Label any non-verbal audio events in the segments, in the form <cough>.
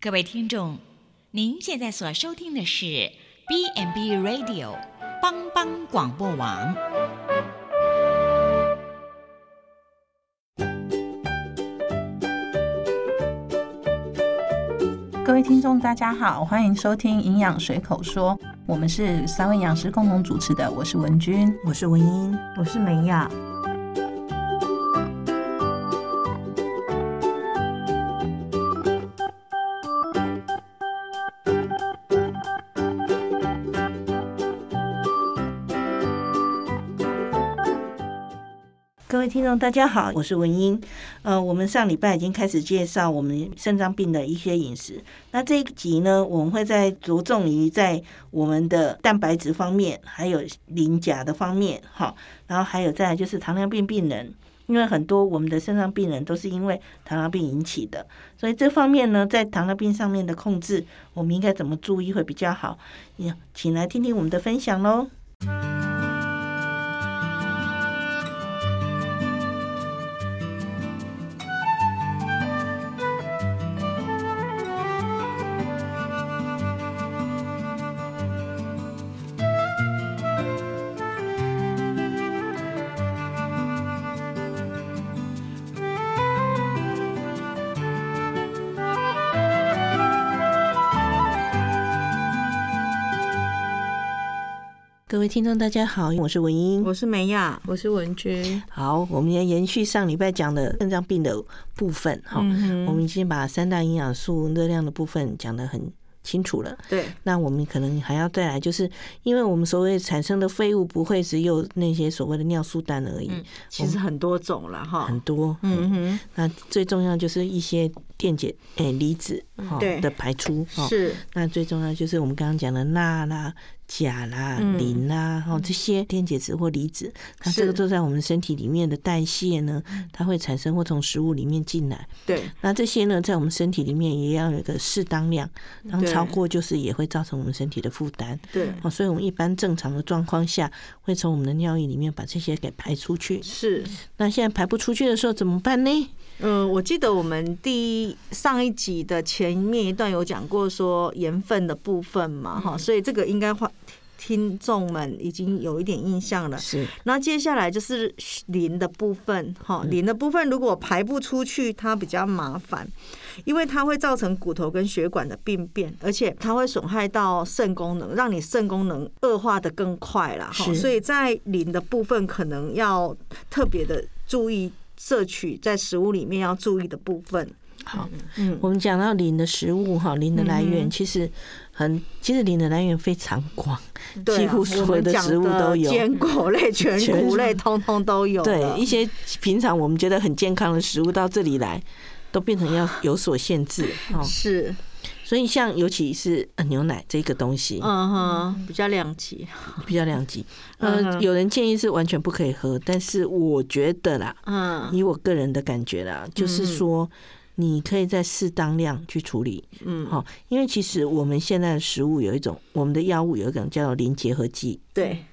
各位听众，您现在所收听的是 B n B Radio 帮帮广播网。各位听众，大家好，欢迎收听《营养随口说》，我们是三位营养师共同主持的，我是文君。我是文英，我是美雅。各位听众，大家好，我是文英。呃，我们上礼拜已经开始介绍我们肾脏病的一些饮食。那这一集呢，我们会在着重于在我们的蛋白质方面，还有磷钾的方面，哈，然后还有再来就是糖尿病病人，因为很多我们的肾脏病人都是因为糖尿病引起的，所以这方面呢，在糖尿病上面的控制，我们应该怎么注意会比较好？也请来听听我们的分享喽。各位听众，大家好，我是文英，我是美雅，我是文君。好，我们要延续上礼拜讲的肾脏病的部分哈，嗯我们已经把三大营养素、热量的部分讲得很清楚了。对，那我们可能还要再来，就是因为我们所谓产生的废物不会只有那些所谓的尿素氮而已，其实很多种了哈。很多。嗯哼，那最重要就是一些电解诶离子嗯哈对的排出哈。是那最重要就是我们刚刚讲的钠啦、钾啦、嗯磷啦，哈、这些电解质或离子，它是嗯这个都在我们身体里面的代谢呢，它会产生或从食物里面进来。对，那这些呢，在我们身体里面也要有一个适当量，当对超过就是也会造成我们身体的负担。对，哦，所以我们一般正常的状况下，会从我们的尿液里面把这些给排出去。是。那现在排不出去的时候怎么办呢？呃，我记得我们第一上一集的前面一段有讲过说盐分的部分嘛，嗯哈、所以这个应该话听众们已经有一点印象了。是那接下来就是磷的部分，哈，嗯磷的部分如果排不出去，它比较麻烦，因为它会造成骨头跟血管的病变，而且它会损害到肾功能，让你肾功能恶化的更快啦。哈。是所以在磷的部分，可能要特别的注意摄取在食物里面要注意的部分。好，嗯，我们讲到磷的食物哈，磷的来源其实很，其实磷的来源非常广，对啊几乎所有的食物都我们有讲的坚果类、全全谷类，通通都有了。对一些平常我们觉得很健康的食物到这里来，都变成要有所限制哦。是，所以像尤其是呃牛奶这个东西嗯哼，比较两极。比较两极，嗯呃，哼有人建议是完全不可以喝，但是我觉得啦，嗯，以我个人的感觉啦，就是说。你可以在适当量去处理，嗯好，哦因为其实我们现在的食物有一种，我们的药物有一种叫做磷结合剂，对，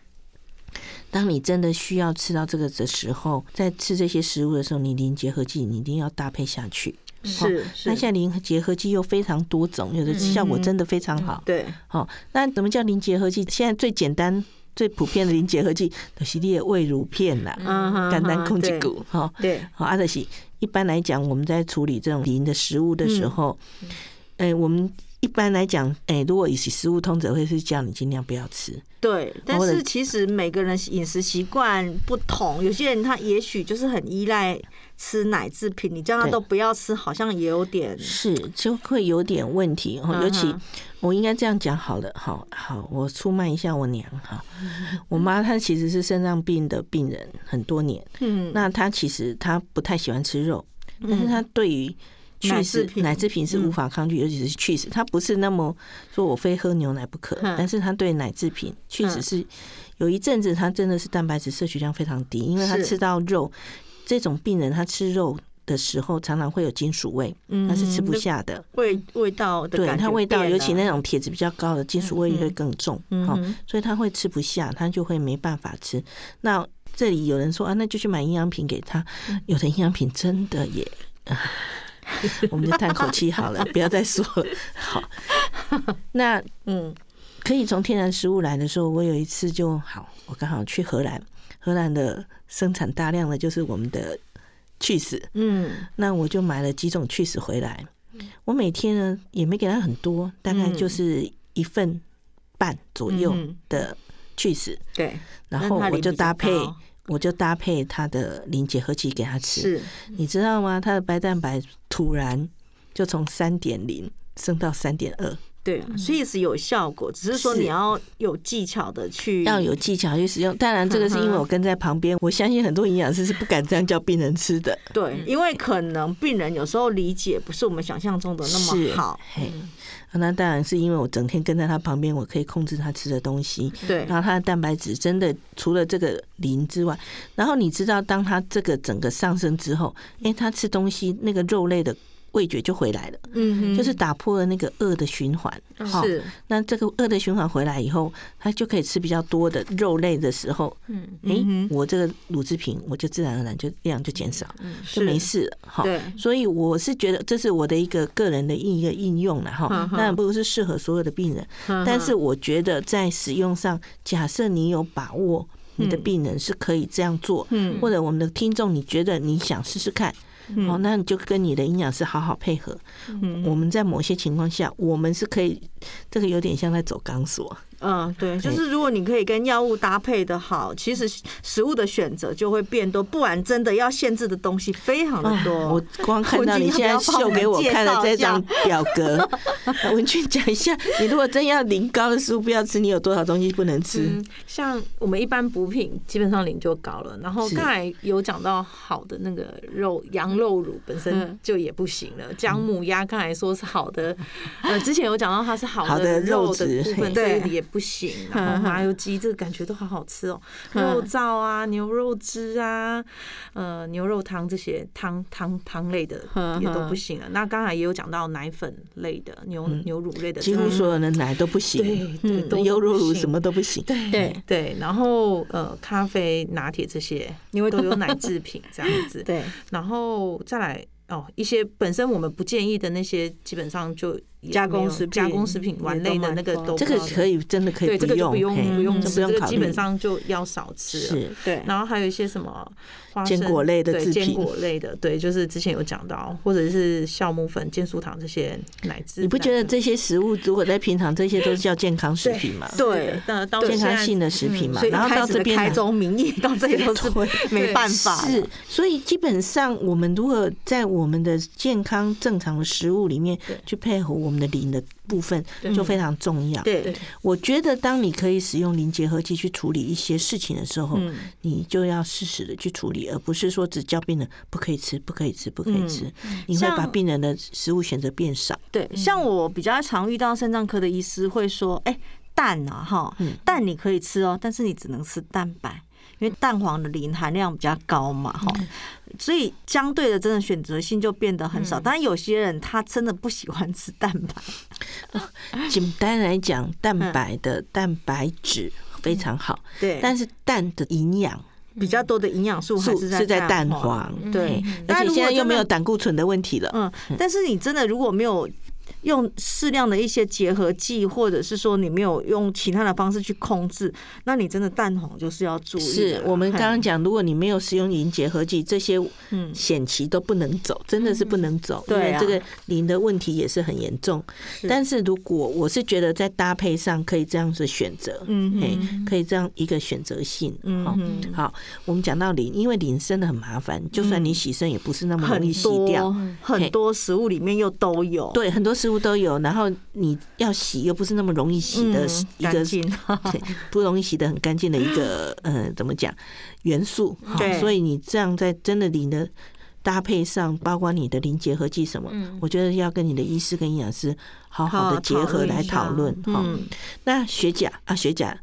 当你真的需要吃到这个的时候，在吃这些食物的时候，你磷结合剂你一定要搭配下去。哦是是。嗯那现在磷结合剂又非常多种，有的效果真的非常好。对，好、那怎么叫磷结合剂？现在最简单、最普遍的磷结合剂，就是你的胃乳片啦，嗯哼肝胆控制对骨，哈、对，好，阿德西，啊一般来讲，我们在处理这种磷的食物的时候，嗯哎、我们一般来讲，哎、如果以食物通则会是叫你尽量不要吃，对，但或者是其实每个人饮食习惯不同，有些人他也许就是很依赖吃奶制品，你叫他对都不要吃，好像也有点是就会有点问题哦，尤其嗯哼我应该这样讲好了，好好，我出卖一下我娘 <laughs> 哈，我妈她其实是肾脏病的病人很多年，嗯，那她其实她不太喜欢吃肉，但是她对于去奶制世品奶制品是无嗯法抗拒，尤其是去世，她不是那么说我非喝牛奶不可，嗯但是她对奶制品确实嗯是有一阵子她真的是蛋白质摄取量非常低，因为她是吃到肉，这种病人她吃肉的时候常常会有金属味。嗯它是吃不那下的，味味道的对感觉它味道，变尤了其那种铁质比较高的金属味会更重，嗯好、哼所以它会吃不下，它就会没办法吃。那嗯这里有人说啊，那就去买营养品给他，有的营养品真的也 <laughs> 我们就叹口气好了，不要再说了。 <laughs> 好，那嗯，可以从天然食物来的时候，我有一次就好，我刚好去荷兰，荷兰的生产大量的就是我们的去死，嗯，那我就买了几种去死回来。我每天呢也没给他很多，大概就是一份半左右嗯的去死，对，然后我就搭配那它里比较高，我就搭配它的磷结合剂给他吃。是你知道吗？它的白蛋白突然就从三点零升到三点二，对，所以是有效果，只是说嗯是你要有技巧的去要有技巧去使用。当然，这个是因为我跟在旁边，我相信很多营养师是不敢这样叫病人吃的。对，因为可能病人有时候理解不是我们想象中的那是么好，嘿，那当然是因为我整天跟在他旁边，我可以控制他吃的东西。对然后它的蛋白质真的除了这个磷之外，然后你知道，当它这个整个上升之后，诶，它吃东西那个肉类的味觉就回来了，嗯就是打破了那个恶的循环。好是那这个恶的循环回来以后，它就可以吃比较多的肉类的时候，嗯，诶，嗯哼我这个乳制品我就自然而然就量就减少，是就没事了哈。对所以我是觉得这是我的一个个人的一个应用了哈嗯，哼嗯当然不是适合所有的病人，但是我觉得在使用上，假设你有把握，你的病人是可以这样做，嗯或者我们的听众你觉得你想试试看，嗯好，那你就跟你的营养师好好配合。我们在某些情况下，我们是可以，这个有点像在走钢索，嗯，对，就是如果你可以跟药物搭配的好，其实食物的选择就会变多，不然真的要限制的东西非常的啊多。我光看到你现在秀给我看的这张表格， <laughs> 文俊讲一下，你如果真要零高的食物不要吃，你有多少东西不能吃？嗯，像我们一般补品基本上零就高了，然后是刚才有讲到好的那个肉，羊肉乳本身就也不行了，姜母鸭刚才说是好的，呃，之前有讲到它是好好的的肉肉的质部分，对这个也不行，然后麻油鸡这个感觉都好好吃哦，嗯肉燥啊、牛肉汁啊、呃牛肉汤这些汤汤汤类的嗯。，也都不行了。那刚才也有讲到奶粉类的、牛牛乳类的，嗯几乎所有的奶都不行，嗯对对都优酪不乳行什么都不行。对对，然后呃，咖啡、拿铁这些，因为都有奶制品这样子 <laughs> 对，然后再来哦，一些本身我们不建议的那些，基本上就也加工没有食品加工食品丸类的那个也都蛮都这个不要可以真的可以对，这个就不用用，嘿嗯不用这吃，不这用个考基虑本。上就要少吃了。是，对，然后还有一些什么花坚生果类的对制坚品果类的，对，就是之前有讲到，或者是酵母粉、健素糖这些奶制，你不觉奶得这些食物如果在平常这些都是叫健康食品吗？对，那到健现康在嗯性的食品嘛所，以然后一到开始这的边开来。宗明 <laughs> 义到这里都是没办法了，是，所以基本上我们如何在我们的健康正常的食物里面去配合我们的磷的部分，就非常重要。对，我觉得当你可以使用磷结合剂去处理一些事情的时候，嗯你就要适时的去处理，而不是说只叫病人不可以吃、不可以吃、不可以吃，你会把嗯像病人的食物选择变少。对，像我比较常遇到肾脏科的医师会说，哎、蛋啊，哈，蛋你可以吃哦，但是你只能吃蛋白，因为蛋黄的磷含量比较高嘛，哈，所以相对的，真的选择性就变得很少。当然，有些人他真的不喜欢吃蛋白，简单来讲，蛋白的蛋白质非常好，嗯对，但是蛋的营养比较多的营养素还素是是在蛋黄。嗯黄，对嘿，那而且如现果在又真没的有胆固醇的问题了。嗯，但是你真的如果没有用适量的一些结合剂，或者是说你没有用其他的方式去控制，那你真的蛋黄就是要注意的啦。是我们嘿刚刚讲，如果你没有使用磷结合剂，这些嗯险棋都不能走，真的是不能走，因对为啊这个磷的问题也是很严重。但是如果我是觉得在搭配上可以这样子选择，嗯嘿，可以这样一个选择性，嗯好嗯，好，我们讲到磷，因为磷真的很麻烦，就算你洗肾也不是那么容易很洗掉多。嘿很多食物里面又都有，对，很多食物都有，然后你要洗又不是那么容易洗的嗯一个干净 <laughs> 对，不容易洗得很干净的一个呃，怎么讲元素哈对，所以你这样在真的你的搭配上，包括你的磷结合剂什么，我觉得要跟你的医师跟营养师好好的好结讨合论一来讨下论哈。嗯那血钾啊，血钾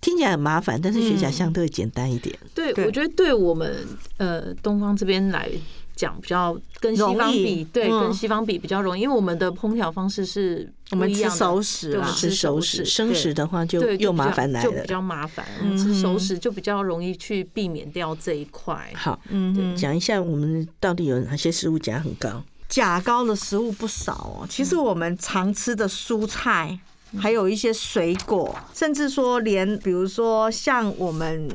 听起来很麻烦，但是血钾相对简单一点，嗯对，对我觉得对我们呃东方这边来讲，比较跟西容方易比，对，嗯跟西方比比较容易，因为我们的烹调方式是我们不一吃样的熟食对我啦们吃吃熟熟食，食，生食的话就对又比较麻烦来就比了。嗯较麻烦。我们吃熟食就比较容易去避免掉这一块。好，嗯哼，讲一下我们到底有哪些食物钾很高？钾高的食物不少哦。其实我们常吃的蔬菜，嗯还有一些水果，甚至说连比如说像我们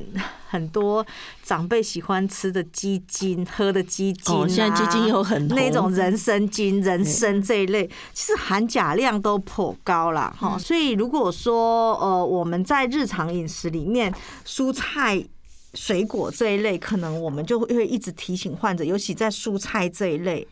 很多长辈喜欢吃的鸡精、喝的鸡精、啊哦，现在鸡精又很红那种人参精、人参这一类，其实含钾量都颇高啦。哈、所以如果说呃我们在日常饮食里面，蔬菜。水果这一类，可能我们就会一直提醒患者，尤其在蔬菜这一类，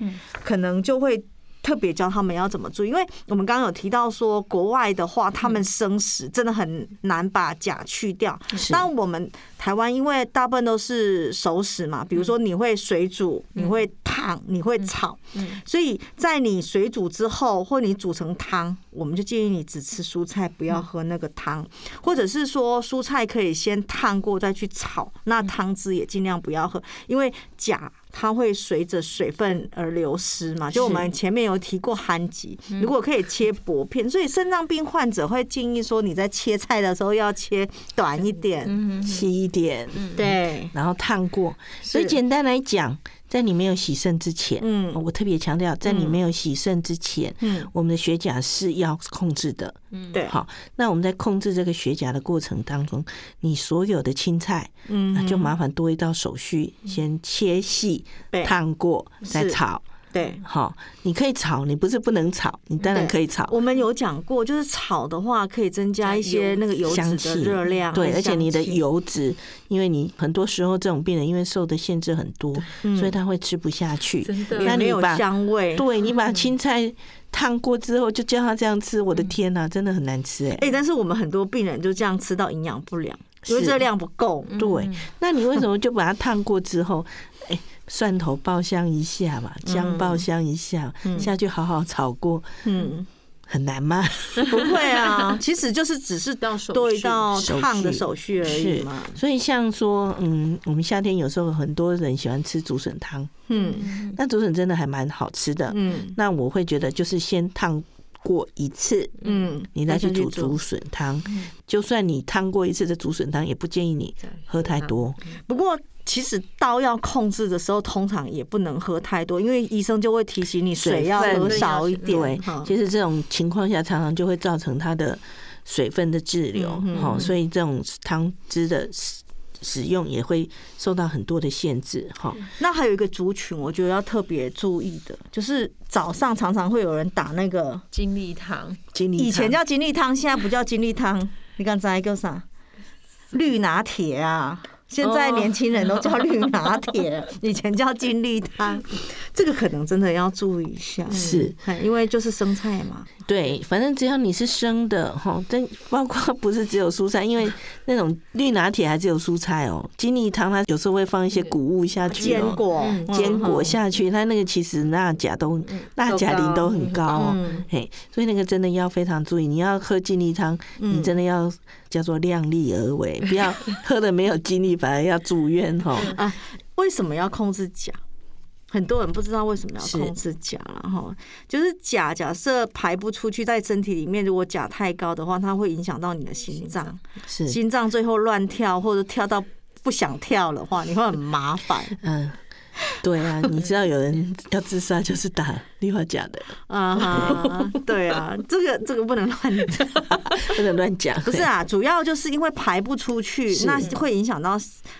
可能就会特别教他们要怎么做。因为我们刚刚有提到说，国外的话，他们生食真的很难把钾去掉。那我们台湾因为大部分都是熟食嘛，比如说你会水煮，你会烫，你会炒，所以在你水煮之后，或你煮成汤，我们就建议你只吃蔬菜，不要喝那个汤，或者是说蔬菜可以先烫过再去炒，那汤汁也尽量不要喝，因为钾。它会随着水分而流失嘛？就我们前面有提过寒疾，如果可以切薄片，所以肾脏病患者会建议说，你在切菜的时候要切短一点，稀一点，嗯对，然后烫过。所以简单来讲，在你没有洗肾之前，哦嗯我特别强调，在你没有洗肾之前，嗯，我们的血钾是要控制的。对，好，那我们在控制这个血钾的过程当中，你所有的青菜，嗯那就麻烦多一道手续，先切细对、烫过，再是炒。对。好，你可以炒，你不是不能炒，你当然对可以炒。我们有讲过，就是炒的话可以增加一些那个油香脂的气热量，啊对，而且你的香气油脂，因为你很多时候这种病人因为受的限制很多，所以他会吃不下去。真的那也嗯没你有把香味，嗯对你把青菜烫过之后，就叫他这样吃，我的天呐，真的很难吃哎、哎、但是我们很多病人就这样吃到营养不良，因为是嗯热量不够。对，那你为什么就把它烫过之后，哎，蒜头爆香一下嘛，姜爆香一下，下去好好炒过，嗯，很难吗？不 <laughs> 会啊，其实就是只是到手多一续道手哦烫的续手续而已是嘛。，所以像说，嗯，我们夏天有时候很多人喜欢吃竹笋汤，嗯那竹笋真的还蛮好吃的。嗯那我会觉得就是先烫过一次，嗯，你再去煮竹笋汤。就算你烫过一次的竹笋汤，也不建议你喝太多。不过。其实刀要控制的时候，通常也不能喝太多，因为医生就会提醒你水要水分喝少一点。对哈，其实这种情况下常常就会造成它的水分的滞留，好、嗯所以这种汤汁的使使用也会受到很多的限制，哈、那还有一个族群，我觉得要特别注意的，就是早上常常会有人打那个，金丽堂经理以前场叫金利汤，现在不叫金利汤，你刚才叫啥？绿拿铁啊！现在年轻人都叫绿拿铁， <laughs> 以前叫金利汤，这个可能真的要注意一下。是哎，因为就是生菜嘛，对，反正只要你是生的哈，但包括不是只有蔬菜，因为那种绿拿铁还只有蔬菜哦，精力汤它有时候会放一些谷物下去、哦，坚果、嗯坚果下去，它那个其实钠钾都钠钾磷都很高哦，嗯嘿，所以那个真的要非常注意，你要喝精力汤，你真的嗯要叫做量力而 <laughs> 为，不要喝的没有精力反而要住院哈、哦。为什么要控制钾？很多人不知道为什么要是控制钾了哈，就是钾假设排不出去，在身体里面，如果钾太高的话，它会影响到你的心脏，是，心脏最后乱跳或者跳到不想跳的话，你会很 <laughs> 麻烦嗯，对啊，你知道有人要自杀就是打 <laughs> 氯化钾的，啊哈。对啊，这个这个不能乱跳。不能乱讲。不是啊，主要就是因为排不出去，那会影响到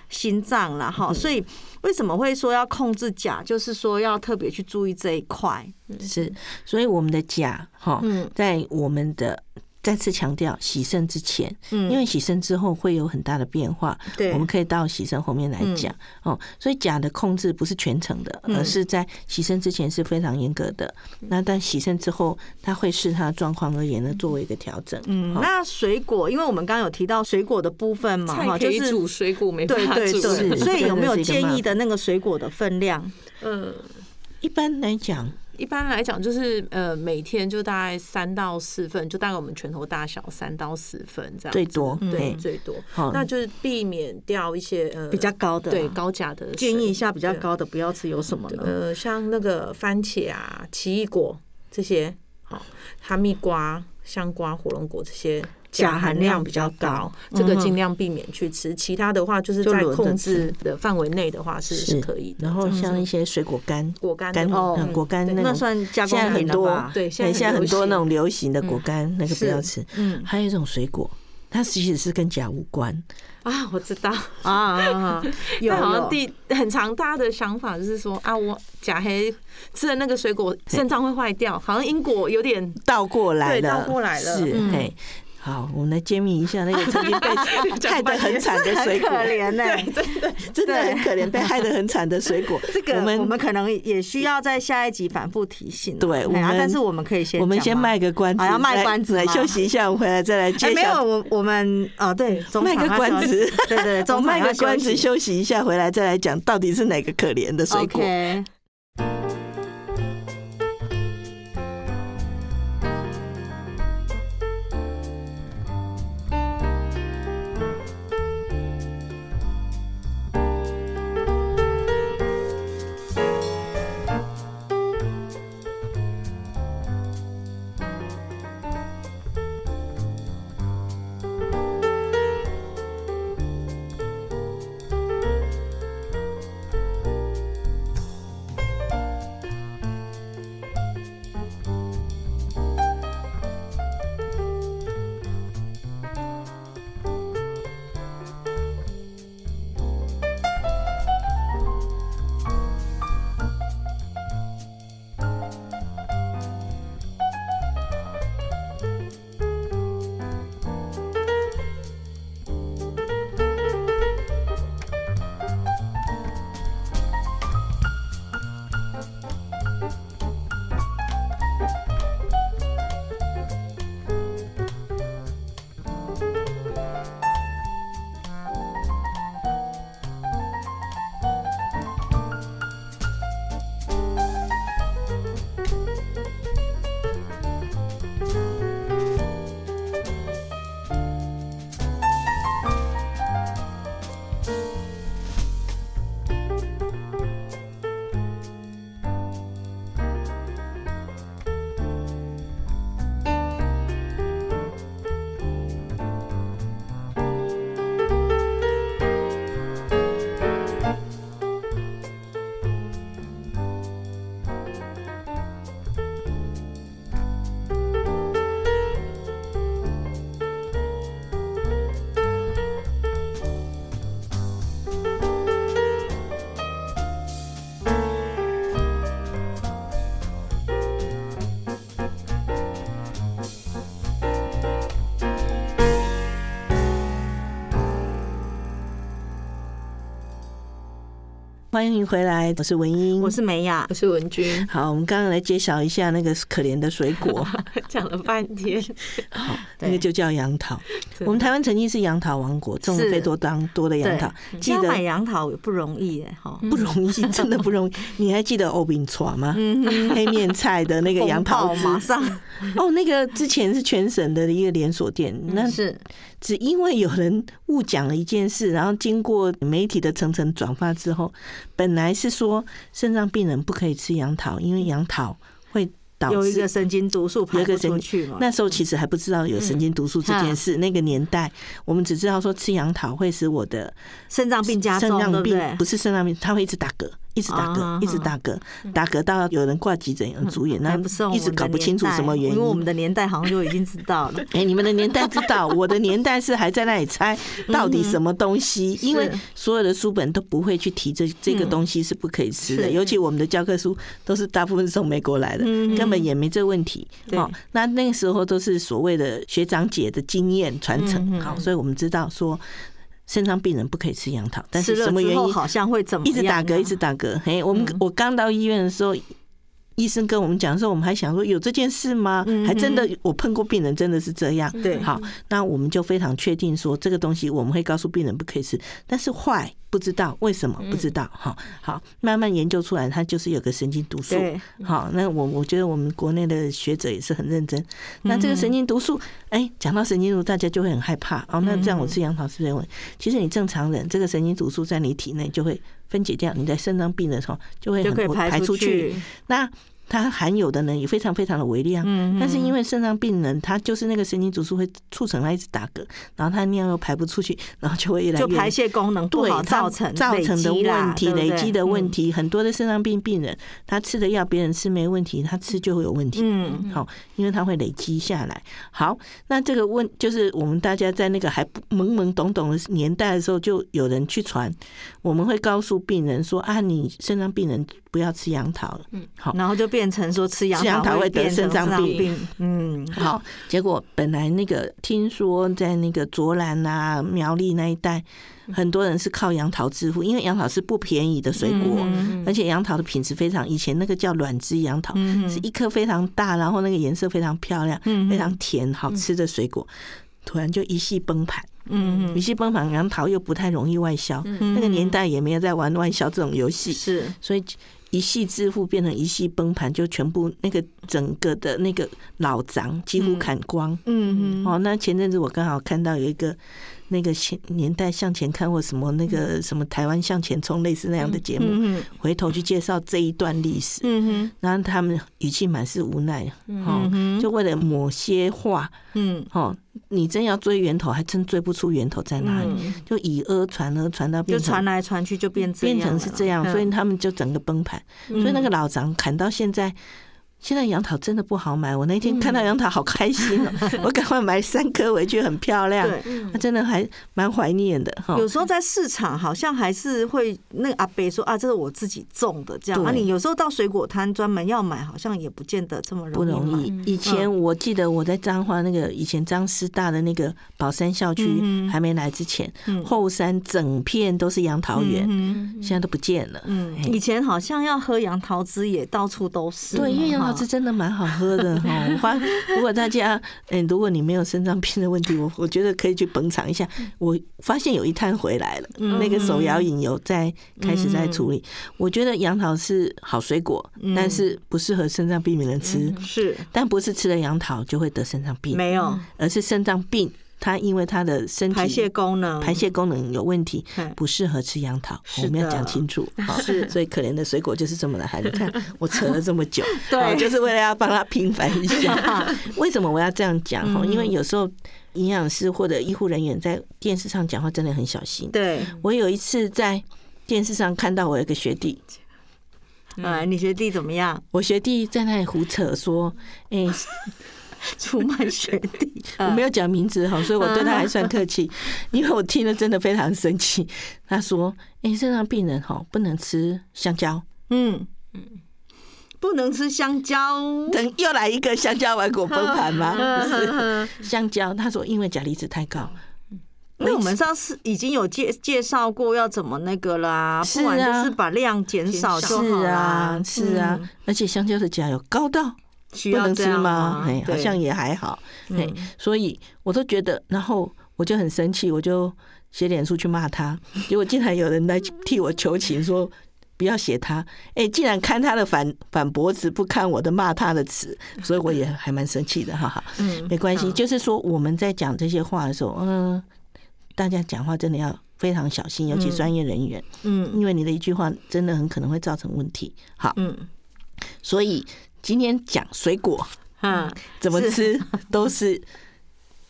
心脏啦，哈，所以为什么会说要控制钾，就是说要特别去注意这一块。是，所以我们的钾哈，嗯在我们的再次强调洗肾之前，嗯因为洗肾之后会有很大的变化，对嗯我们可以到洗肾后面来讲哦。所以钾的控制不是全程的，而是在洗肾之前是非常严格的，嗯那但洗肾之后，它会视它的状况而言呢，作为一个调整。嗯，哦那水果，因为我们刚刚有提到水果的部分嘛，菜哈，可就以是煮， <laughs> 水果没办对法对煮，是对，所以有没有真的是一个建议的那个水果的分量？ <laughs> 嗯。一般来讲，一般来讲，就是呃，每天就大概三到四份，就大概我们拳头大小三到四份这样子，最多对嗯最多好，那就是避免掉一些呃比较高的啊对高钾的建议一水下比较高的不要吃，有什么呢？呃，像那个番茄啊、奇异果这些，好，哈密瓜、香瓜、火龙果这些钾钾含含量量比比较较高高，这个尽量避免去吃。其他的话，就是在就轮着控制的范围内的话是是是可以的。然后这样子像一些水果干，果干干哦嗯果干对那那种算加现在工很品了多吧？啊对，对，现在很很流多行那种流行的果干，那个不是要吃。嗯还有一种水果，它其实是跟钾无关，啊，我知道，啊啊， <laughs> 啊有有好像有第很常大家的想法就是说啊，我假黑吃了那个水果，肾脏会坏掉，好像因果有点倒过来对了，倒过来了是嗯嘿。好，我们来揭秘一下那个曾 <laughs> 经被害得很惨的水果可，怜呢、哎真的很可怜，被害得很惨的水果。 <laughs> 这个我我们们可能也需要在下一集反复提醒啊。对我哎呀们但是我们可以先我们讲先吗卖个关子，啊要卖来关子来吗休息一下，我们回来再来哎，揭没有晓。，我我们啊，对，中卖场个要关休子息， <laughs> 对对对，我中卖场个要关子息休息一下，回来再来讲到底是哪个可怜的水果。 OK，欢迎回来，我是文英，我是美雅我，是文君好，我们刚刚来揭晓一下那个可怜的水果， <laughs> <laughs> 讲了半天，那个就叫杨桃。真的我们台湾曾经是杨桃王国，种了是非多当多的杨桃，记嗯要买得嗯杨桃也不容易哎，哈，不容易，真的 <laughs> 不容易。你还记得欧饼爪吗？嗯 <laughs> 黑面菜的那个风杨 <laughs> 桃暴汁马上哦，那个之前是全省的一个连锁店，那嗯是只因为有人误讲了一件事，然后经过媒体的层层转发之后，本来是说肾脏病人不可以吃杨桃，因为杨桃会导有一致个神经毒素嗯有排一个不神出去嘛，那时候其实还不知道有嗯神经毒素这件事，啊那个年代我们只知道说吃杨桃会使我的肾脏病加肾重，对脏不病对？不是肾脏病，它会一直打嗝，一直打啊嗝，一直打嗝，打嗝到有人挂急诊、有人住院，嗯还那不是我一们直的搞不清楚年代什么原因为我们因。的年代好像就已经知道了，哎，你们的年代知道，我的年代是还在那里猜到底什么东西，因为嗯是嗯所有的书本都不会去提这这个东西是不可以吃的，是尤其我们的教科书都是大部分是从美国来的，嗯根本也没这问题。对哦，那那个时候都是所谓的学长姐的经验传嗯承，好，所以我们知道说肾脏病人不可以吃杨桃， <laughs> 但吃是了什么之原后因好像会怎么一样啊嗯直打嗝，一直打嗝。嘿，我们我刚到医院的时候。医生跟我们讲的时候，我们还想说有这件事吗？还真的，我碰过病人真的是这样。嗯对好，那我们就非常确定说这个东西我们会告诉病人不可以吃，但是坏不知道嗯为什么不知道。好，好，慢慢研究出来，它就是有个神经毒素。对，好，那我我觉得我们国内的学者也是很认真。那嗯这个神经毒素，哎，讲到神经毒，大家就会很害怕。哦，那这样嗯我吃杨桃是不是有问题？其实你正常人，这个神经毒素在你体内就会分解掉，你在肾脏病的时候就会就很可以多排排出出去。去那它含有的呢也非常非常的微量。嗯但是因为肾脏病人，他就是那个神经毒素会促成他一直打嗝，然后他尿又排不出去，然后就会越来就越排泄功能不对好它造成造成的累积啦问题，对不对累积的问嗯题，很多的肾脏病病人，他吃的药别人吃没问题，他吃就会有问题。嗯，好、因为它会累积下来。好，那这个问就是我们大家在那个还不懵懵懂懂的年代的时候，就有人去传，我们会告诉病人说啊，你肾脏病人不要吃杨桃了。嗯，好，然后就变成说吃吃杨杨桃会会得变成肾脏病病，嗯，好，结果本来那个听说在那个卓兰啊、苗栗那一带，很多人是靠杨桃致富，因为杨桃是不便宜的水嗯果，嗯而且杨桃的品质非常，以前那个叫软枝杨桃，嗯是一颗非常大，然后那个颜色非常漂亮，非常甜，嗯好吃的水果。突然就一系崩盘，嗯，一系崩盘，杨桃又不太容易外销，那个年代也没有在玩外销这种游戏，嗯是所以一系致富变成一系崩盘，就全部那个整个的那个老张几乎砍光。嗯哦，那前阵子我刚好看到有一个那个前年代向前看或什么那个什么台湾向前冲类似那样的节目，嗯回头去介绍这一段历史，嗯然后他们语气满是无奈，哦，嗯就为了某些话，嗯哦，你真要追源头，还真追不出源头在哪里，嗯，就以讹传讹，传到就变成传来传去就变这样变成是这样，嗯了所以他们就整个崩盘。嗯所以那个老张砍到现在，现在杨桃真的不好买。我那天看到杨桃好开心哦， <laughs> 我赶快买三颗回去，很漂亮。嗯对，他真的还蛮怀念的哈。有时候在市场好像还是会那个阿伯说啊，这是我自己种的这样。对啊，你有时候到水果摊专门要买，好像也不见得这么不容容易嗯易买。。以前我记得我在彰化那个以前彰师大的那个宝山校区嗯还没来之前，嗯后山整片都是杨桃园，嗯现在都不见了。嗯，嘿以前好像要喝杨桃汁也到处都是嘛。对，因为杨桃哈汁真的蛮好喝的哈。 <laughs> 我发，如果大家，嗯、如果你没有肾脏病的问题，我我觉得可以去捧场一下。嗯我发现有一摊回来了，那个手摇饮有在开始嗯在处理。我觉得杨桃是好水果，但是不适合肾脏病人吃。是但不是吃了杨桃就会得肾脏病，嗯没有而是肾脏病它因为它的身体排泄功能，排泄功能有问题嗯，不适合吃杨桃。是的我们要讲清 <laughs> 楚，好，所以可怜的水果就是这么来。你看，我扯了这么久，对好就是为了要帮他平反一下。 <laughs> 为什么我要这样讲？嗯哈，因为有时候营养师或者医护人员在电视上讲话真的很小心。对，我有一次在电视上看到我有一个学弟，嗯哎，你学弟怎么样？我学弟在那里胡扯说：“哎、出卖学弟，我没有讲名字哈，所以我对他还算客 <laughs> 气，因为我听了真的非常生气。他说：“哎、肾脏病人哈不能吃香 <laughs> 蕉。嗯嗯，不能吃香蕉，”等又来一个香蕉玩果崩盘 <laughs> 吗？嗯不是香蕉，他说因为钾离子太高，那我们上次已经有介介绍过要怎么那个啦，是啊不然就是把量减少就是好啦啊。是啊，嗯，而且香蕉的钾有高到需不要能这吃样吗？哎，好对嗯像也还好，哎，所以我都觉得，然后我就很生气，我就写脸书去骂 <laughs> 他，结果竟然有人来替我求情说。不要写他，哎、竟然看他的反反驳词，不看我的骂他的词， <laughs> 所以我也还蛮生气的，哈哈。嗯没关系，就是说我们在讲这些话的时候，嗯、大家讲话真的要非常小心，尤其专业人员，嗯因为你的一句话真的很可能会造成问题。好，嗯所以今天讲水果，嗯，怎么 <laughs> 吃都是，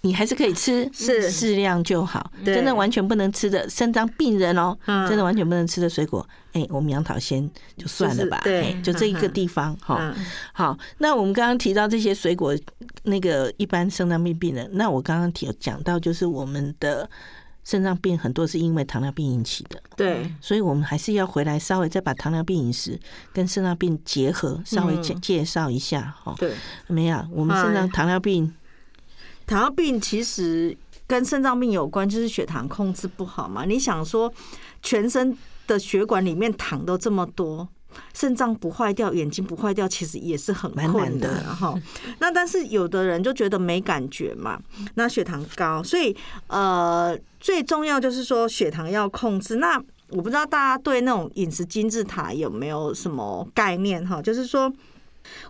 你还是可以吃，是适量就好。对真的完全不能吃的肾脏病人哦，嗯真的完全不能吃的水果，哎，我们杨桃先就算了吧，就是对哎就这一个地方哈嗯。好，那我们刚刚提到这些水果，那个一般肾脏病病人，那我刚刚提有讲到就是我们的。肾脏病很多是因为糖尿病引起的，对，所以我们还是要回来稍微再把糖尿病饮食跟肾脏病结合，稍微介嗯介绍一下哈。对，没有，我们肾哎脏糖尿病糖尿病其实跟肾脏病有关，就是血糖控制不好嘛。你想说，全身的血管里面糖都这么多。肾脏不坏掉，眼睛不坏掉，其实也是很蛮困难的然后，那但是有的人就觉得没感觉嘛，那血糖高，所以呃，最重要就是说血糖要控制。那我不知道大家对那种饮食金字塔有没有什么概念哈？就是说，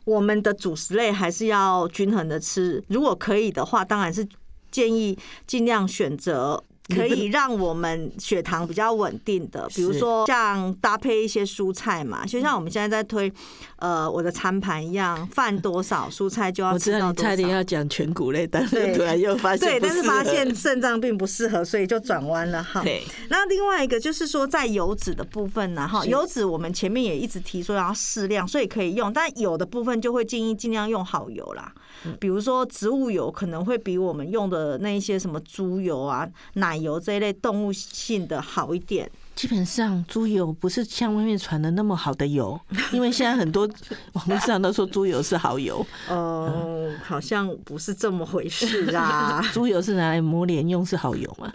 我们的主食类还是要均衡的吃，如果可以的话，当然是建议尽量选择可以让我们血糖比较稳定的，比如说像搭配一些蔬菜嘛，就像我们现在在推，呃，我的餐盘一样，饭多少，蔬菜就要我知吃到道多少。你差点要讲全谷类，但是对突然又发现对，不但是适合 <laughs> 发现肾脏并不适合，所以就转弯了哈。对那另外一个就是说，在油脂的部分呢，哈，油脂我们前面也一直提说要适量，所以可以用，但有的部分就会建议尽量用好油啦，比如说植物油可能会比我们用的那一些什么猪油啊、奶油这一类动物性的好一点。基本上猪油不是像外面传的那么好的油， <laughs> 因为现在很多网络上都说猪油是好 <laughs> 油，，哦，好像不是这么回事 <laughs> 啊猪油是拿来抹脸用是好油嘛，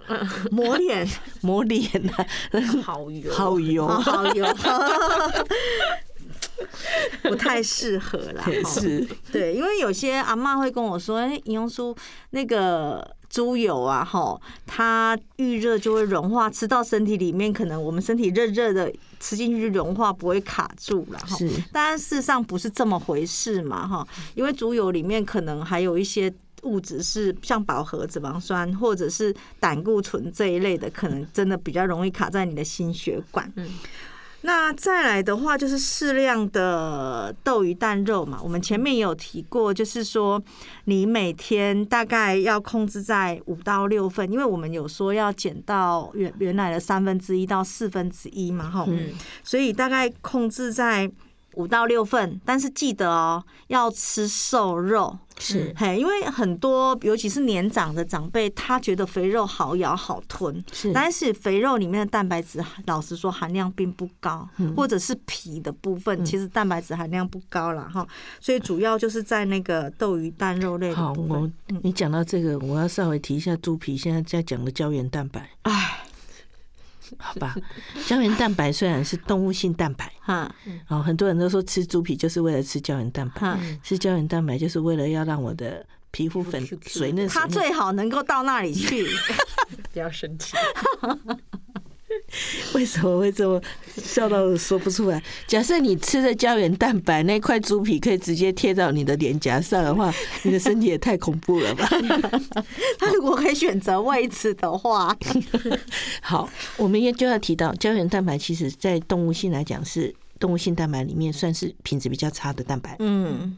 抹脸。抹脸啊，好油，好油， <laughs> <laughs> 好 <laughs> 油，不太适合啦。也 <laughs> 哈是对，因为有些阿嬷会跟我说，哎、欸，用叔那个。猪油啊，哈，它遇热就会融化，吃到身体里面，可能我们身体热热的，吃进去就融化，不会卡住了哈。是当然，事实上不是这么回事嘛，哈，因为猪油里面可能还有一些物质是像饱和脂肪酸或者是胆固醇这一类的，可能真的比较容易卡在你的心血管。嗯。那再来的话，就是适量的豆鱼蛋肉嘛。我们前面也有提过，就是说你每天大概要控制在五到六份，因为我们有说要减到原原来的三分之一到四分之一嘛，哈。嗯所以大概控制在五到六份，但是记得哦，要吃瘦肉。是嘿，因为很多，尤其是年长的长辈，他觉得肥肉好咬好吞，是但是肥肉里面的蛋白质，老实说含量并不高，嗯或者是皮的部分，其实蛋白质含量不高啦。哈。所以主要就是在那个豆鱼蛋肉类的好，嗯哦部分我。你讲到这个，我要稍微提一下猪皮现在在讲的胶原 <laughs> 蛋白，哎，好吧？胶原蛋白虽然是动物性蛋白，哈嗯哦，很多人都说吃猪皮就是为了吃胶原蛋白，哈，吃胶原蛋白就是为了要让我的皮肤粉 Q Q 的水嫩水他嫩。最好能够到那 <laughs> 里去。不要生气。 <laughs> 为什么会这么笑到说不出来？假设你吃的胶原蛋白那块猪皮可以直接贴到你的脸颊上的话，你的身体也太恐怖了吧？他如果可以选择位置的 <laughs> 话，好，我们也就要提到胶原蛋白，其实在动物性来讲是动物性蛋白里面算是品质比较差的蛋白，嗯，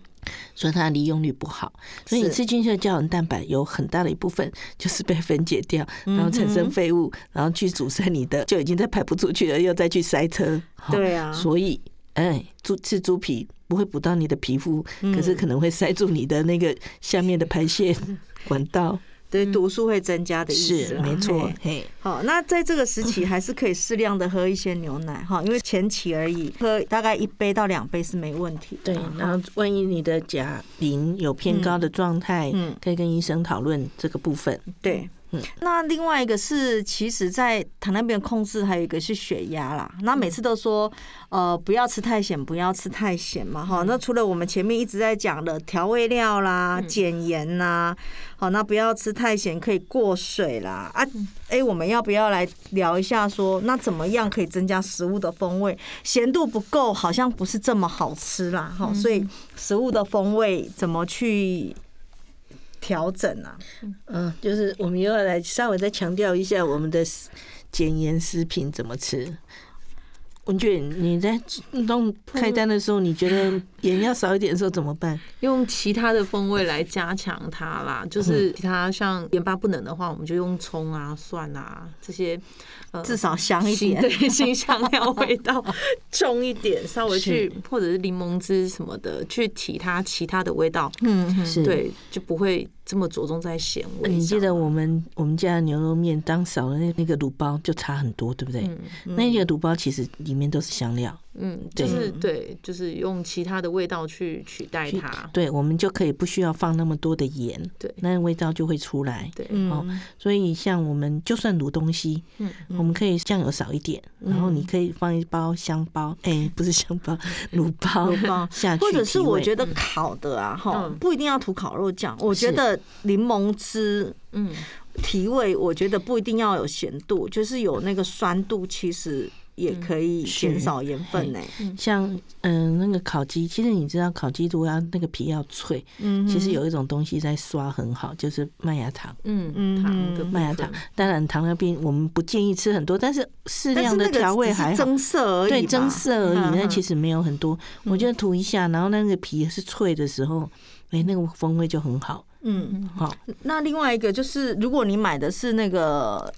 所以它的利用率不好。所以你是吃进去的胶原蛋白有很大的一部分 <laughs> 就是被分解掉，然后产生废物，然后去阻塞你的，就已经在排不出去了，又再去塞车。好对啊所以哎，猪吃猪皮不会补到你的皮肤，可是可能会塞住你的那个下面的排泄管道。对，读数会增加的意思 <laughs> 嗯是啦没错嘿，嘿，好，那在这个时期还是可以适量的喝一些牛奶哈，因为前期而已，喝大概一杯到两杯是没问题的。对，然后万一你的钾磷有偏高的状态，嗯嗯可以跟医生讨论这个部分。对嗯，那另外一个是，其实，在糖尿病的控制还有一个是血压啦。那每次都说，呃，不要吃太咸，不要吃太咸嘛，哈。那除了我们前面一直在讲的调味料啦、减盐啦，好，那不要吃太咸，可以过水啦。啊，哎，我们要不要来聊一下说，那怎么样可以增加食物的风味？咸度不够，好像不是这么好吃啦，哈。所以食物的风味怎么去调整啊？嗯，就是我们又要来稍微再强调一下我们的食减盐食品怎么吃。文俊，你在弄嗯开单的时候，你觉得盐要少一点的时候怎么办？用其他的风味来加强它啦，就是其他像盐巴不能的话，我们就用葱啊、蒜啊这些，呃，至少香一 <laughs> 点。对，新香料味 <laughs> 道重一点，稍微去或者是柠檬汁什么的，去提它其他的味道，嗯，是，对，就不会这么着重在咸味上。你记得我们我们家的牛肉面当少了那那个卤包就差很多，对不对？那个卤包其实里面都是香料，嗯，就是对，就是用其他的味道去取代去它。对，我们就可以不需要放那么多的盐，对那味道就会出来。对，哦，所以像我们就算卤东西，嗯我们可以酱油少一点，嗯然后你可以放一包香包， <laughs> 哎、不是香 <laughs> 包，卤包卤包 <laughs> 下去提嗯或味，嗯者是我觉得得烤的啊，哈、嗯不一定要涂烤肉酱。我觉得柠檬汁嗯，提味，我觉得不一定要有咸度，就是有那个酸度，其实也可以嗯是减少盐分呢、像嗯、那个烤鸡，其实你知道烤鸡如果要那个皮要脆，嗯其实有一种东西在刷很好，就是麦芽糖。嗯嗯，糖的部麦芽糖分，当然糖尿病我们不建议吃很多，但是适嗯但是量那的个调味只是还好。增色而已嘛，对，增色而已，那嗯其实没有很多。我觉得涂一下，然后那个皮是脆的时候，哎，那个风味就很好。嗯，好，那另外一个就是，如果你买的是那个。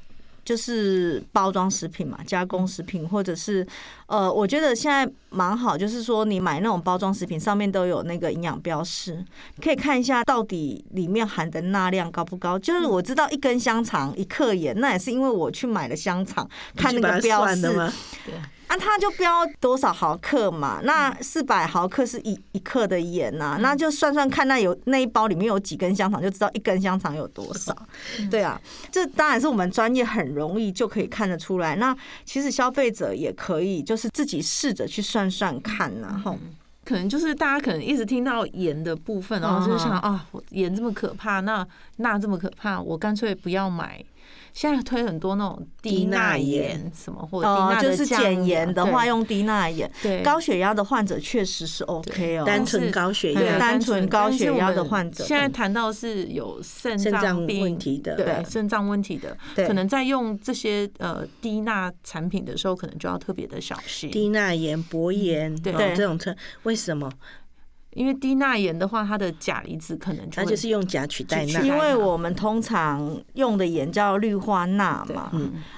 就是包装食品嘛，加工食品，或者是呃，我觉得现在蛮好，就是说你买那种包装食品上面都有那个营养标示，可以看一下到底里面含的钠量高不高。就是我知道一根香肠一克盐，那也是因为我去买了香肠，看那你个标去把它算示的吗啊，它就标多少毫克嘛，嗯那四百毫克是一一克的盐呐、那就算算看那有那一包里面有几根香肠，就知道一根香肠有多少。嗯对啊，这当然是我们专业很容易就可以看得出来。那其实消费者也可以就是自己试着去算算看嗯呐、吼。可能就是大家可能一直听到盐的部分，然后就是想啊，我盐这么可怕，那钠这么可怕，我干脆不要买。现在推很多那种低钠盐什么或者低钠哦呃就的是酱啊减盐的话对用低钠盐，对高血压的患者确实是啊 OK 哦。单纯高血对啊压单纯高血压的患者但是我们现在谈到是有肾肾脏病问题的对对肾脏问题的，对可能在用这些呃低钠产品的时候，可能就要特别的小心。低钠嗯盐、薄盐，对哦这种称为什么？因为低钠盐的话，它的钾离子可能就它会就是用钾取代钠。因为我们通常用的盐叫氯化钠嘛，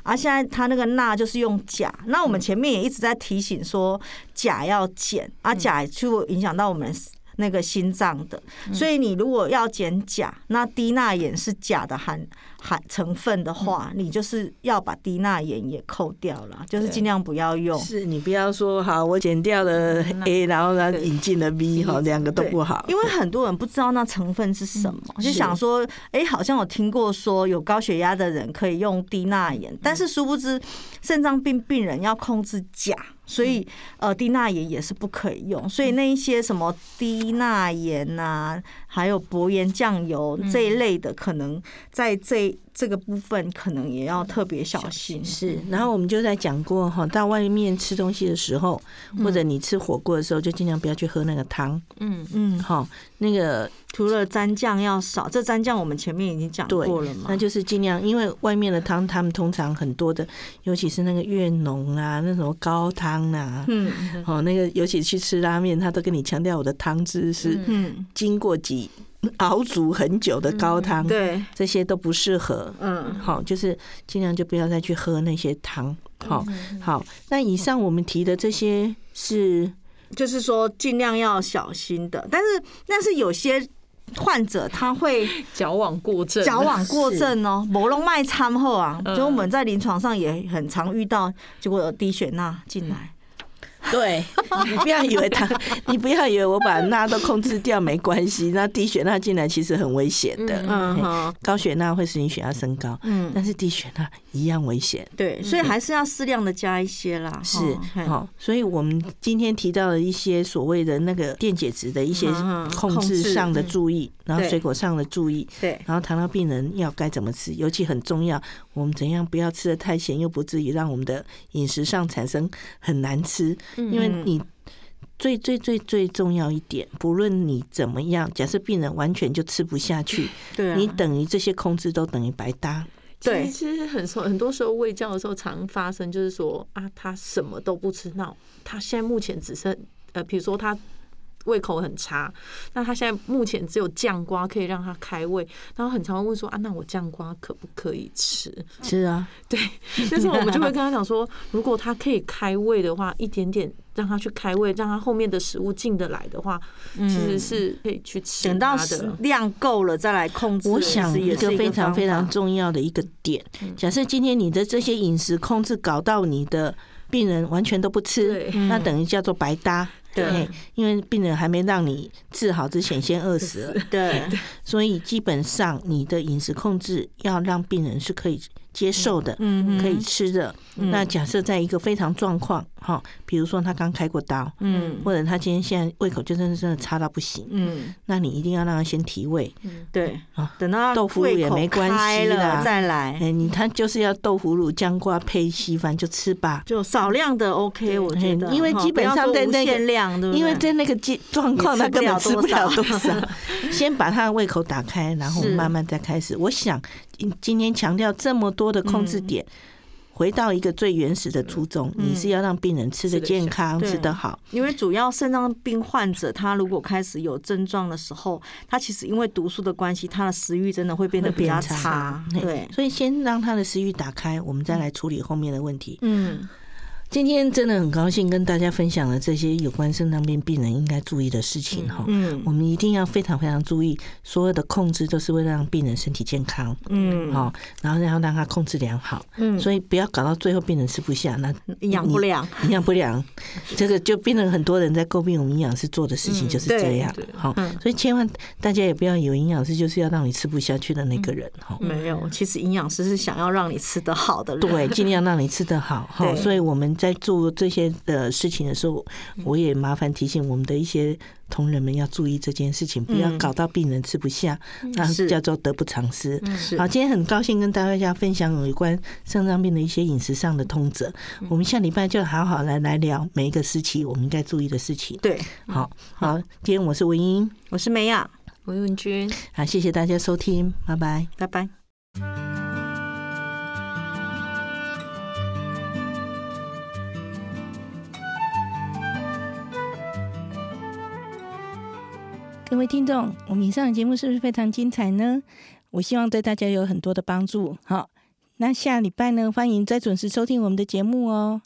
而、现在它那个钠就是用钾。那我们前面也一直在提醒说钾要减，啊钾就影响到我们那个心脏的，所以你如果要减钾，那低钠盐是钾的含含成分的话，你就是要把低钠盐也扣掉了，就是尽量不要用。是你不要说好，我减掉了嗯 A，然后呢引进了 B，哈，两个都对不好。嗯因为很多人不知道那成分是什么，就想说，哎、好像有听过说有高血压的人可以用低钠盐，嗯但是殊不知肾脏病病人要控制钾，所以嗯呃低钠盐也是不可以用，所以那一些什么低钠盐呐，还有薄盐酱油嗯这一类的，可能在这这个部分可能也要特别小心。是，然后我们就在讲过哈，到外面吃东西的时候，或者你吃火锅的时候，就尽量不要去喝那个汤，嗯嗯，哈，那个除了蘸酱要少，这蘸酱我们前面已经讲对过了，嘛那。就是尽量，因为外面的汤他们通常很多的，尤其是那个越浓啊，那什么高汤啊，嗯哦，那个尤其去吃拉面，他都跟你强调我的汤汁是嗯，经过几熬煮很久的高汤，嗯对，这些都不适合，嗯。好，就是尽量就不要再去喝那些汤。嗯好，好，那以上我们提的这些是就是说尽量要小心的，但是但是有些患者他会矫枉过呃正，矫枉过正哦，喉咙脉参后啊，嗯所以我们在临床上也很常遇到，结果有低血钠进来，对， <laughs> 你不要以为 <laughs> 他，你不要以为我把钠都控制掉没关系，那低血钠进来其实很危险的。嗯嘿哼，高血钠会使你血压升高，嗯，但是低血钠一样危险。对，所以还是要适量的加一些啦，嗯是哦嘿好，所以我们今天提到了一些所谓的那个电解质的一些嗯控控制嗯制上的注意，然后对水果上的注意，对。然后糖尿病人要该怎么吃，尤其很重要，我们怎样不要吃的太咸，又不至于让我们的饮食上产生很难吃，嗯因为你。最最最最重要一点，不论你怎么样，假设病人完全就吃不下去，对啊你等于这些控制都等于白搭。对其实很说很多时候喂教的时候常发生，就是说啊，他什么都不吃，那他现在目前只剩呃，比如说他。胃口很差，那他现在目前只有酱瓜可以让他开胃，然后很常会问说啊，那我酱瓜可不可以吃？是啊，对， <laughs> 但是我们就会跟他讲说，如果他可以开胃的话，一点点让他去开胃，让他后面的食物进得来的话，其实是可以去吃等到它食的。量够了再来控制，我想其实一也是个一非常非方常法嗯重要的一个点，假设今天你的这些饮食控制搞到你的病人完全都不吃对，嗯那等于叫做白搭。对嘿，因为病人还没让你治好之前先饿死了，对所以基本上你的饮食控制要让病人是可以接受的，嗯可以吃的。那假设在一个非常状况，哈，比如说他刚开过刀，嗯或者他今天现在胃口就真的真的差到不行，嗯，那你一定要让他先提胃。对啊，等到豆腐乳也没关系啦胃口开了再来，哎，你他就是要豆腐乳、姜瓜配稀饭就吃吧，就少量的 OK，我觉得，因为哈基本上不要说在无那个限量，对不对因为在那个状状况也他吃不根本了吃多不了少多少。 <laughs> 先把他的胃口打开，然后是慢慢再开始。我想今今天强调这么多的控制点，回到一个最原始的初衷，嗯你是要让病人吃吃的得健下康、对吃得好。因为主要肾脏病患者，他如果开始有症状的时候，他其实因为毒素的关系，他的食欲真的会变得比较差。嘿对，所以先让他的食欲打开，我们再来处理后面的问题。嗯，今天真的很高兴跟大家分享了这些有关肾脏病病人应该注意的事情哈。嗯我们一定要非常非常注意，所有的控制都是为了让病人身体健康，嗯，哦，然后要让他控制良好，嗯所以不要搞到最后病人吃不下，那营养不良，营养不 <laughs> 良，这个就变成很多人在诟病我们营养师做的事情就是这样嗯对对，嗯好、所以千万大家也不要有营养师就是要让你吃不下去的那个人，哈、嗯没有。其实营养师是想要让你吃得好的人，对， <laughs> 尽量让你吃得好哈。对所以我们在做这些的事情的时候，嗯我也麻烦提醒我们的一些同仁们要注意这件事情，不要搞到病人吃不下，那嗯是叫做得不偿失。是好，今天很高兴跟大家分享有关肾脏病的一些饮食上的通则。嗯我们下礼拜就好好来来聊每一个时期我们应该注意的事情。对，好好，今天我是文英，我是美雅，文文君，啊，谢谢大家收听，拜拜。拜拜。各位听众，我们以上的节目是不是非常精彩呢？我希望对大家有很多的帮助。好，那下礼拜呢，欢迎再准时收听我们的节目哦。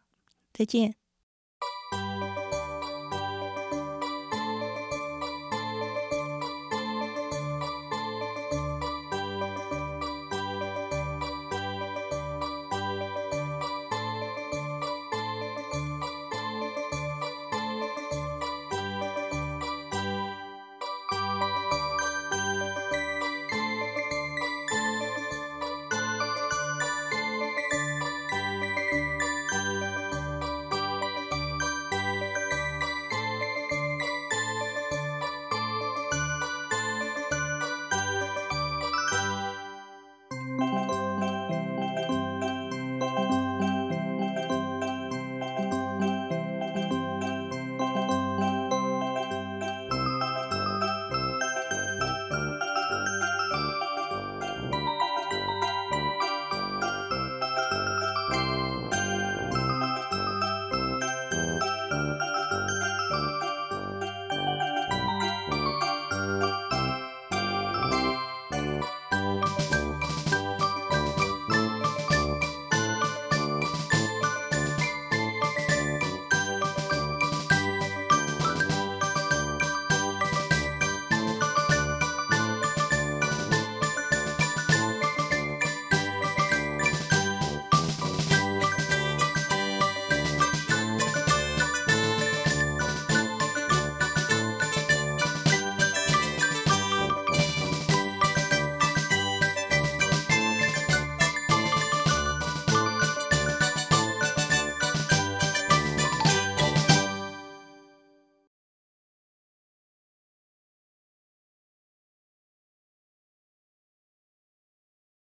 再见。